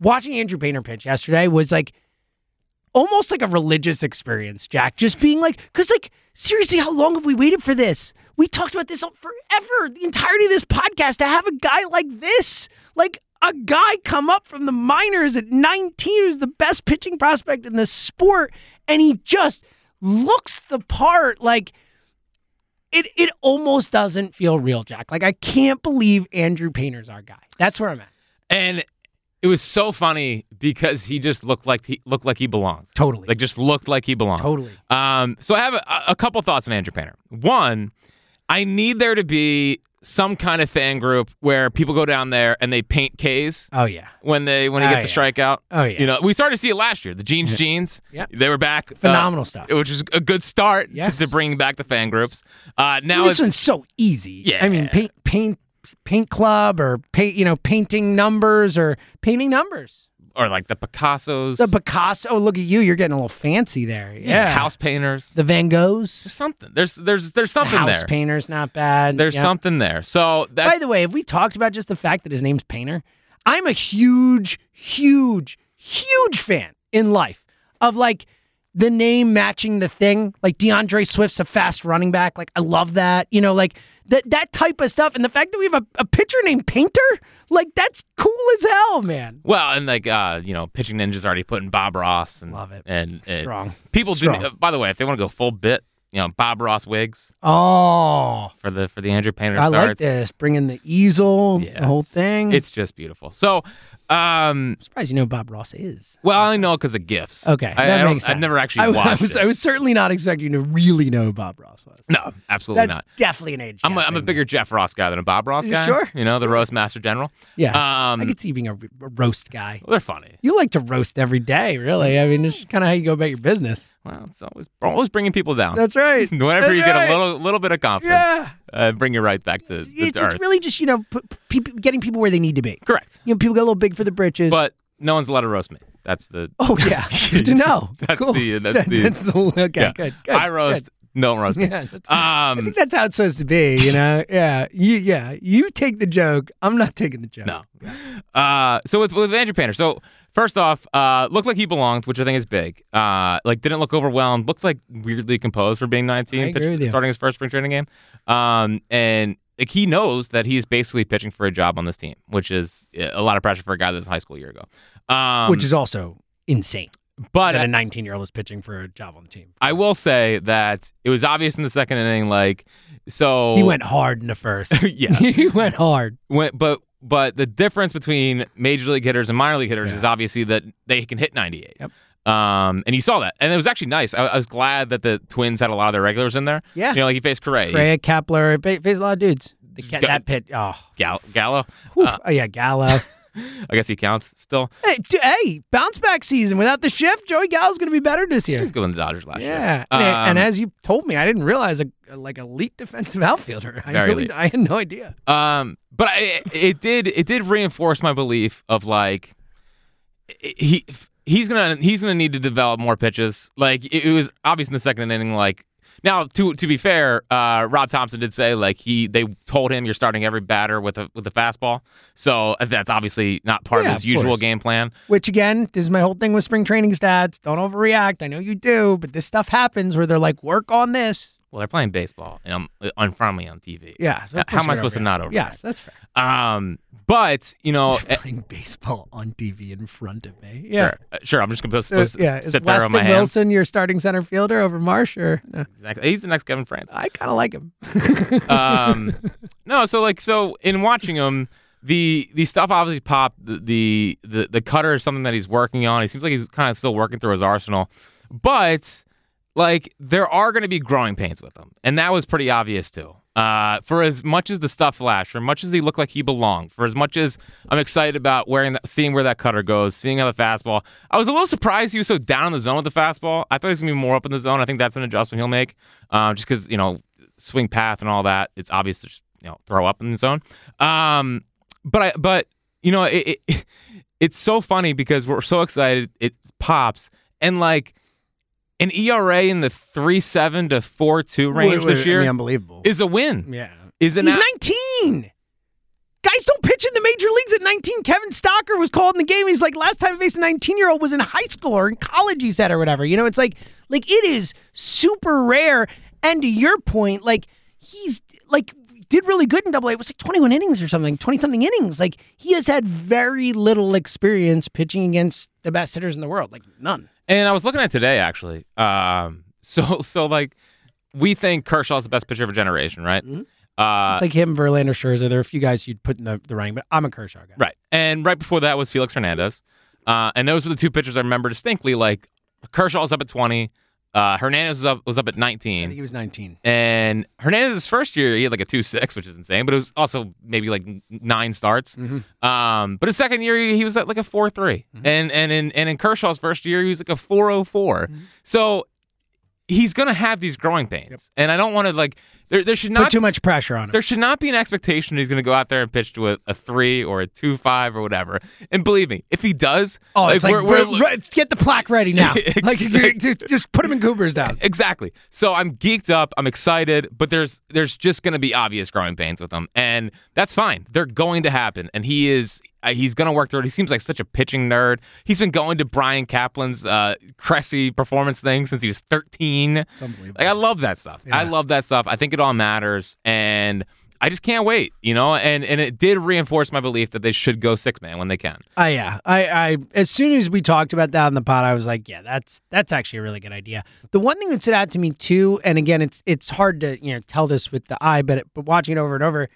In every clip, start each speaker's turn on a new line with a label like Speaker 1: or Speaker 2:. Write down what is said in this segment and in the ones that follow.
Speaker 1: watching Andrew Painter pitch yesterday was like almost like a religious experience, Jack. Just being like, because like seriously, how long have we waited for this? We talked about this forever, the entirety of this podcast to have a guy like this, like a guy come up from the minors at 19, who's the best pitching prospect in the sport, and he just looks the part. Like it, it almost doesn't feel real, Jack. Like I can't believe Andrew Painter's our guy. That's where I'm at.
Speaker 2: And it was so funny because he just looked like he looked like he belonged.
Speaker 1: Totally.
Speaker 2: Like just looked like he belonged.
Speaker 1: Totally.
Speaker 2: Um, so I have a, a couple thoughts on Andrew Painter. One, I need there to be some kind of fan group where people go down there and they paint K's
Speaker 1: Oh yeah.
Speaker 2: when they when he
Speaker 1: Oh,
Speaker 2: gets a
Speaker 1: yeah.
Speaker 2: strikeout.
Speaker 1: Oh, yeah.
Speaker 2: You know, we started to see it last year. The jeans jeans.
Speaker 1: Yep.
Speaker 2: They were back. uh,
Speaker 1: Phenomenal stuff.
Speaker 2: Which is a good start
Speaker 1: Yes.
Speaker 2: to bringing back the fan groups. Uh, now
Speaker 1: this
Speaker 2: it's,
Speaker 1: one's so easy.
Speaker 2: Yeah.
Speaker 1: I mean, paint, paint, paint club, or paint, you know, painting numbers, or painting numbers.
Speaker 2: or like the Picassos,
Speaker 1: The Picasso. Oh, look at you. You're getting a little fancy there. Yeah.
Speaker 2: house painters.
Speaker 1: The Van Goghs.
Speaker 2: There's something. There's there's there's
Speaker 1: The
Speaker 2: something
Speaker 1: house
Speaker 2: there.
Speaker 1: painter's not bad.
Speaker 2: There's
Speaker 1: Yeah.
Speaker 2: something there. So
Speaker 1: By
Speaker 2: that's
Speaker 1: the way, have we talked about just the fact that his name's Painter? I'm a huge, huge, huge fan in life of like the name matching the thing. Like DeAndre Swift's a fast running back. Like I love that. You know, like that that type of stuff. And the fact that we have a, a pitcher named Painter, like that's cool as hell, man.
Speaker 2: well, and like uh, you know, pitching ninjas already putting Bob Ross and
Speaker 1: Love it.
Speaker 2: and and
Speaker 1: Strong.
Speaker 2: people
Speaker 1: Strong.
Speaker 2: do. uh, By the way, if they want to go full bit, you know, Bob Ross wigs
Speaker 1: Oh.
Speaker 2: for the for the Andrew Painter
Speaker 1: I like Mm.
Speaker 2: starts.
Speaker 1: this. Bringing the easel,
Speaker 2: Yeah,
Speaker 1: the whole
Speaker 2: it's-
Speaker 1: thing.
Speaker 2: It's just beautiful. So, um,
Speaker 1: I'm surprised you know who Bob Ross is.
Speaker 2: well, I only know because of gifts.
Speaker 1: Okay,
Speaker 2: I,
Speaker 1: that
Speaker 2: I don't-
Speaker 1: makes
Speaker 2: I've
Speaker 1: sense.
Speaker 2: never actually
Speaker 1: I, w- I
Speaker 2: watched
Speaker 1: was,
Speaker 2: it.
Speaker 1: I was certainly not expecting to really know who Bob Ross was.
Speaker 2: no, absolutely
Speaker 1: That's
Speaker 2: not.
Speaker 1: definitely an age.
Speaker 2: I'm a,
Speaker 1: gap
Speaker 2: I'm a
Speaker 1: thing.
Speaker 2: bigger Jeff Ross guy than a Bob Ross
Speaker 1: You
Speaker 2: guy.
Speaker 1: sure?
Speaker 2: You know, the roast master general.
Speaker 1: Yeah,
Speaker 2: Um,
Speaker 1: I could see you being a, r- a roast guy.
Speaker 2: well, they're funny.
Speaker 1: You like to roast every day, really. I mean, it's kind of how you go about your business.
Speaker 2: Well, it's always always bringing people down.
Speaker 1: That's right.
Speaker 2: Whenever
Speaker 1: That's
Speaker 2: you get
Speaker 1: right.
Speaker 2: a little little bit of confidence,
Speaker 1: yeah,
Speaker 2: uh, bring you right back to the
Speaker 1: it's,
Speaker 2: earth.
Speaker 1: it's really just you know p- p- people- getting people where they need to be.
Speaker 2: Correct.
Speaker 1: You know, people get a little big for the britches.
Speaker 2: But no one's allowed to roast me. That's the.
Speaker 1: oh yeah, good to know.
Speaker 2: That's
Speaker 1: cool.
Speaker 2: the- that's the-
Speaker 1: okay.
Speaker 2: yeah.
Speaker 1: Good, good.
Speaker 2: I roast. No one roast
Speaker 1: good.
Speaker 2: me.
Speaker 1: Yeah, that's- I
Speaker 2: Um,
Speaker 1: think that's how it's supposed to be. You know. yeah. You yeah. You take the joke. I'm not taking the joke.
Speaker 2: no. Uh, so with with Andrew Painter. So first off, uh, looked like he belonged, which I think is big. Uh, like didn't look overwhelmed. Looked like weirdly composed for being 19,
Speaker 1: I agree with you.
Speaker 2: starting his first spring training game. Um, and like he knows that he's basically pitching for a job on this team, which is uh, a lot of pressure for a guy that's in high school a year ago. Um,
Speaker 1: which is also insane.
Speaker 2: but
Speaker 1: that a 19 year old is pitching for a job on the team.
Speaker 2: I will say that it was obvious in the second inning, like so
Speaker 1: He went hard in the first.
Speaker 2: yeah.
Speaker 1: he went hard.
Speaker 2: Oh. Went, but but the difference between major league hitters and minor league hitters
Speaker 1: Yeah.
Speaker 2: is obviously that they can hit 98.
Speaker 1: Yep.
Speaker 2: Um, and you saw that, and it was actually nice. I, I was glad that the Twins had a lot of their regulars in there.
Speaker 1: Yeah.
Speaker 2: You know, like he faced Correa,
Speaker 1: Correa, Kepler, fa- faced a lot of dudes. The ca-
Speaker 2: Go-
Speaker 1: that pit. Oh,
Speaker 2: Gal- Gallo.
Speaker 1: whew. oh yeah, Gallo.
Speaker 2: I guess he counts still.
Speaker 1: hey, d- hey, bounce back season without the shift. Joey Gallo's going to be better this
Speaker 2: He
Speaker 1: year.
Speaker 2: was good with the Dodgers last year.
Speaker 1: Yeah, and, a- and
Speaker 2: Um,
Speaker 1: as you told me, I didn't realize a like elite defensive outfielder. I
Speaker 2: Very
Speaker 1: really,
Speaker 2: elite.
Speaker 1: I had no idea.
Speaker 2: Um, but I, it did it did reinforce my belief of like he he's gonna he's gonna need to develop more pitches. Like it, it was obvious in the second inning. Like now to to be fair, uh, Rob Thompson did say like he they told him you're starting every batter with a with a fastball. So uh, that's obviously not part
Speaker 1: Yeah,
Speaker 2: of his
Speaker 1: of
Speaker 2: usual
Speaker 1: course.
Speaker 2: game plan.
Speaker 1: Which again, this is my whole thing with spring training stats. Don't overreact. I know you do, but this stuff happens where they're like, work on this.
Speaker 2: Well, they're playing baseball and I'm in front of me on TV.
Speaker 1: Yeah. so of
Speaker 2: How
Speaker 1: course
Speaker 2: am I
Speaker 1: you're
Speaker 2: supposed to
Speaker 1: overreacting.
Speaker 2: not overreact?
Speaker 1: Yes, that's fair.
Speaker 2: Um, but you know, eh,
Speaker 1: playing baseball on TV in front of me. Yeah.
Speaker 2: sure, uh, sure, I'm just
Speaker 1: So,
Speaker 2: gonna supposed to
Speaker 1: yeah, is
Speaker 2: sit there on
Speaker 1: Weston
Speaker 2: my hands.
Speaker 1: Wilson your starting center fielder over Marsh? Or no,
Speaker 2: Next- He's the next Kevin France.
Speaker 1: I kind of like him.
Speaker 2: um no so like so in watching him the the stuff obviously popped the, the the the cutter is something that he's working on he seems like he's kind of still working through his arsenal but like there are going to be growing pains with him and that was pretty obvious too uh, for as much as the stuff flashed, for as much as he looked like he belonged, for as much as I'm excited about wearing that, seeing where that cutter goes, seeing how the fastball, I was a little surprised he was so down in the zone with the fastball. I thought he was gonna be more up in the zone. I think that's an adjustment he'll make, uh, just because you know swing path and all that. It's obvious to just, you know throw up in the zone. Um, but I but you know it, it it's so funny because we're so excited. It pops and like an ERA in the three seven to four two range this year
Speaker 1: unbelievable.
Speaker 2: is a win.
Speaker 1: yeah,
Speaker 2: Is an
Speaker 1: he's 19. Guys don't pitch in the major Major Leagues at 19. Kevin Stocker was called in the game. He's like, last time I faced a 19 year old was in high school or in college, he said, or whatever. You know, it's like, like it is super rare. And to your point, like he's like did really good in Double A. It was like 21 innings or something, 20 something innings. Like he has had very little experience pitching against the best hitters in the world, like none.
Speaker 2: And I was looking at today actually. Um, so so like we think Kershaw's the best pitcher of a generation, right?
Speaker 1: Mhm.
Speaker 2: Uh,
Speaker 1: It's like him, Verlander, Scherzer. There are a few guys you'd put in the, the running, but I'm a Kershaw guy.
Speaker 2: right. And right before that was Felix Hernandez. Uh, and those were the two pitchers I remember distinctly. Like Kershaw's up at twenty. Uh, Hernandez was up was up at
Speaker 1: I
Speaker 2: nineteen.
Speaker 1: think he was 19.
Speaker 2: And Hernandez's first year, he had like a 2 6, which is insane, but it was also maybe like n- nine starts.
Speaker 1: Mhm.
Speaker 2: Um, but his second year, he he was at like a 4 3. And, and, in, and in Kershaw's first year, he was like a 404. So he's going to have these growing pains. And I don't want to like, there, there should
Speaker 1: Put
Speaker 2: not
Speaker 1: too much pressure on him.
Speaker 2: there should not be an expectation he's going to go out there and pitch to a, a three or a two five or whatever. And believe me, if he does,
Speaker 1: Oh, it's like,
Speaker 2: we're, we're,
Speaker 1: re- re- get the plaque ready now. like
Speaker 2: Exactly.
Speaker 1: you're- just- just put him in Goobers down.
Speaker 2: Exactly. So I'm geeked up. I'm excited, but there's there's just going to be obvious growing pains with him, and that's fine. They're going to happen, and he is uh, he's going to work through it. He seems like such a pitching nerd. He's been going to Brian Kaplan's uh, Cressy performance thing since he was 13.
Speaker 1: unbelievable.
Speaker 2: Like I love that stuff. I
Speaker 1: Yeah.
Speaker 2: love that stuff. I think it all matters, and I just can't wait. You know, and and it did reinforce my belief that they should go six man when they can.
Speaker 1: Oh yeah. I, I as soon as we talked about that on the pod, I was like, yeah, that's that's actually a really good idea. The one thing that stood out to me too, and again, it's it's hard to you know tell this with the eye, but but watching it over and over, I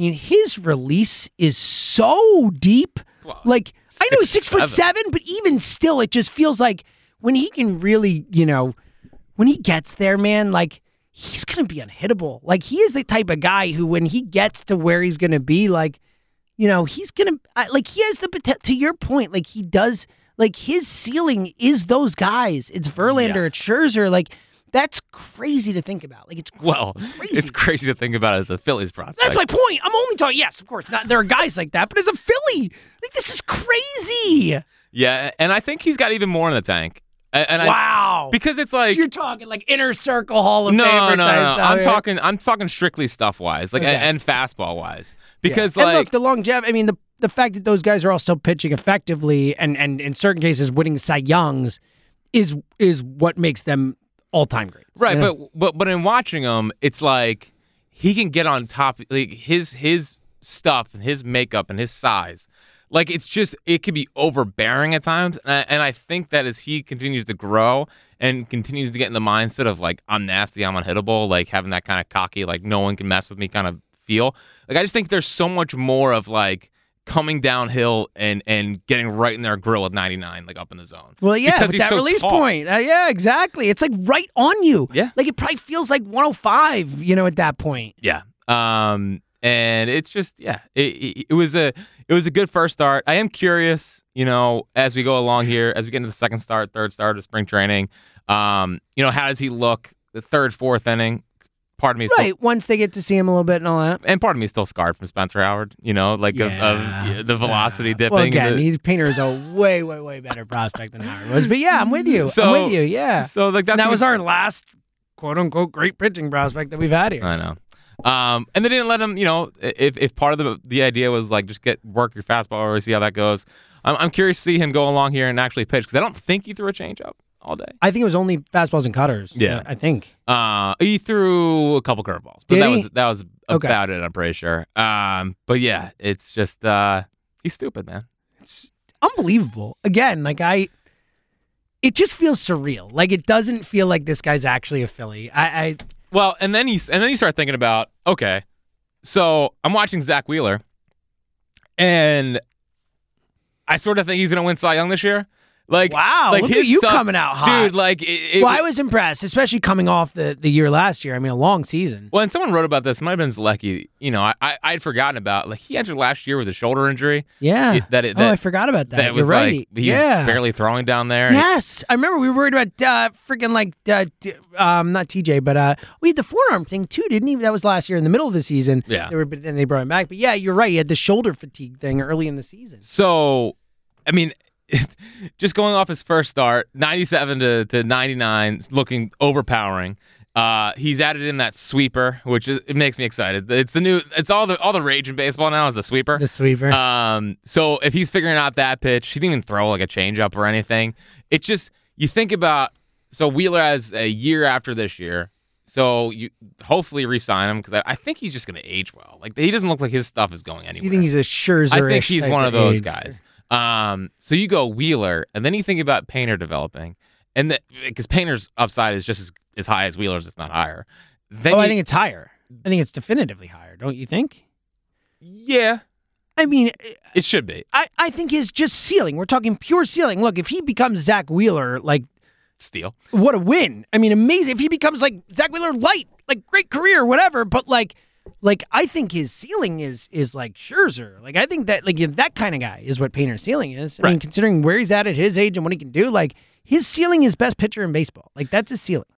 Speaker 1: mean, his release is so deep.
Speaker 2: Well,
Speaker 1: like I know he's
Speaker 2: six,
Speaker 1: six foot seven, but even still, it just feels like when he can really, you know, when he gets there, man, like he's gonna be unhittable. Like he is the type of guy who, when he gets to where he's gonna be, like, you know, he's gonna I, like he has the potential. To your point, like he does, like his ceiling is those guys. It's Verlander,
Speaker 2: Yeah.
Speaker 1: it's Scherzer, like. That's crazy to think about. Like it's
Speaker 2: Well,
Speaker 1: crazy.
Speaker 2: it's crazy to think about as a Phillies prospect.
Speaker 1: That's my point. I'm only talking. Yes, of course. Not, there are guys like that, but as a Philly, like this is crazy.
Speaker 2: Yeah, and I think he's got even more in the tank. A- And I
Speaker 1: wow.
Speaker 2: because it's like
Speaker 1: you're talking like inner circle Hall
Speaker 2: no,
Speaker 1: of
Speaker 2: no,
Speaker 1: Fame.
Speaker 2: no, no. I'm talking I'm talking strictly stuff wise, like a-
Speaker 1: Okay.
Speaker 2: and fastball wise. Because like
Speaker 1: and look, the longevity. I mean, the the fact that those guys are all still pitching effectively and and in certain cases winning Cy Youngs is is what makes them all time great.
Speaker 2: right, but but but in watching him, it's like he can get on top like his his stuff and his makeup and his size. Like it's just it could be overbearing at times, and I, and I think that as he continues to grow and continues to get in the mindset of like I'm nasty, I'm unhittable, like having that kind of cocky, like no one can mess with me kind of feel. Like I just think there's so much more of like coming downhill and and getting right in their grill at 99, like up in the zone.
Speaker 1: Well, yeah,
Speaker 2: Because
Speaker 1: with
Speaker 2: he's
Speaker 1: that
Speaker 2: so
Speaker 1: release
Speaker 2: tall.
Speaker 1: point. Uh, yeah, exactly. It's like right on you.
Speaker 2: Yeah.
Speaker 1: Like it probably feels like 105, you know, at that point.
Speaker 2: Yeah. Um, and it's just yeah, it, it, it was a it was a good first start. I am curious, you know, as we go along here, as we get into the second start, third start of spring training, um, you know, how does he look the third, fourth inning? Part of me is still,
Speaker 1: Right. Once they get to see him a little bit and all that.
Speaker 2: and part of me is still scarred from Spencer Howard, you know, like of- of,
Speaker 1: Yeah.
Speaker 2: the velocity
Speaker 1: Yeah.
Speaker 2: dipping.
Speaker 1: Well,
Speaker 2: and
Speaker 1: again,
Speaker 2: the-
Speaker 1: he, Painter is a way, way, way better prospect than Howard was. But yeah, I'm with you. I'm
Speaker 2: So-
Speaker 1: with you. Yeah.
Speaker 2: so like that's
Speaker 1: that
Speaker 2: gonna-
Speaker 1: was our last quote unquote great pitching prospect that we've had here.
Speaker 2: I know. Um, and they didn't let him, you know, if, if part of the the idea was like just get work your fastball over, see how that goes. I'm, I'm curious to see him go along here and actually pitch because I don't think he threw a changeup all day.
Speaker 1: I think it was only fastballs and cutters.
Speaker 2: Yeah.
Speaker 1: I think.
Speaker 2: Uh, he threw a couple curveballs, but
Speaker 1: Did
Speaker 2: that
Speaker 1: he?
Speaker 2: was that was
Speaker 1: Okay.
Speaker 2: about it. I'm pretty sure. Um, but yeah, it's just uh, he's stupid, man.
Speaker 1: It's unbelievable. Again, like I it just feels surreal. Like it doesn't feel like this guy's actually a Philly. I, I
Speaker 2: Well, and then you and then you start thinking about okay, so I'm watching Zach Wheeler, and I sort of think he's gonna win Cy Young this year. Like
Speaker 1: wow,
Speaker 2: like
Speaker 1: look at
Speaker 2: his
Speaker 1: you
Speaker 2: stuff-
Speaker 1: coming out hot.
Speaker 2: dude, like it, it,
Speaker 1: well, I was impressed, especially coming off the, the year last year. I mean, a long season.
Speaker 2: Well, and someone wrote about this. It might have been Zalecki. You know, I, I I'd forgotten about. Like he entered last year with a shoulder injury.
Speaker 1: Yeah.
Speaker 2: It- that it,
Speaker 1: oh,
Speaker 2: that,
Speaker 1: I forgot about that.
Speaker 2: that
Speaker 1: You're
Speaker 2: was
Speaker 1: right.
Speaker 2: like he's
Speaker 1: yeah.
Speaker 2: barely throwing down there.
Speaker 1: Yes, I remember we were worried about uh, freaking like uh, d- um, not TJ, but uh, we had the forearm thing too, didn't he? That was last year in the middle of the season.
Speaker 2: Yeah.
Speaker 1: they were, but then they brought him back. But yeah, you're right. He had the shoulder fatigue thing early in the season.
Speaker 2: So, I mean, just going off his first start, 97 to, to 99, looking overpowering. Uh, he's added in that sweeper, which is, it makes me excited. It's the new. It's all the all the rage in baseball now is the sweeper.
Speaker 1: The sweeper.
Speaker 2: Um, so if he's figuring out that pitch, he didn't even throw like a changeup or anything. It's just you think about so Wheeler has a year after this year, so you hopefully resign him because I, I think he's just going to age well. Like he doesn't look like his stuff is going
Speaker 1: Do
Speaker 2: anywhere.
Speaker 1: you think he's a Scherzer?
Speaker 2: I think he's one of those guys. Um, so you go Wheeler, and then you think about Painter developing, and because Painter's upside is just as, as high as Wheeler's, if not higher. Then
Speaker 1: Oh, I
Speaker 2: you-
Speaker 1: think it's higher. I think it's definitively higher. Don't you think?
Speaker 2: yeah,
Speaker 1: I mean,
Speaker 2: it should be.
Speaker 1: I, I think his just ceiling. We're talking pure ceiling. Look, if he becomes Zach Wheeler, like
Speaker 2: Steal.
Speaker 1: what a win. I mean, amazing. If he becomes like Zach Wheeler light, like great career, whatever, but like like I think his ceiling is is like Scherzer. Like I think that like if that kind of guy is what Painter's ceiling is. I mean,
Speaker 2: Right.
Speaker 1: considering where he's at at his age and what he can do, like his ceiling is best pitcher in baseball. Like that's his ceiling.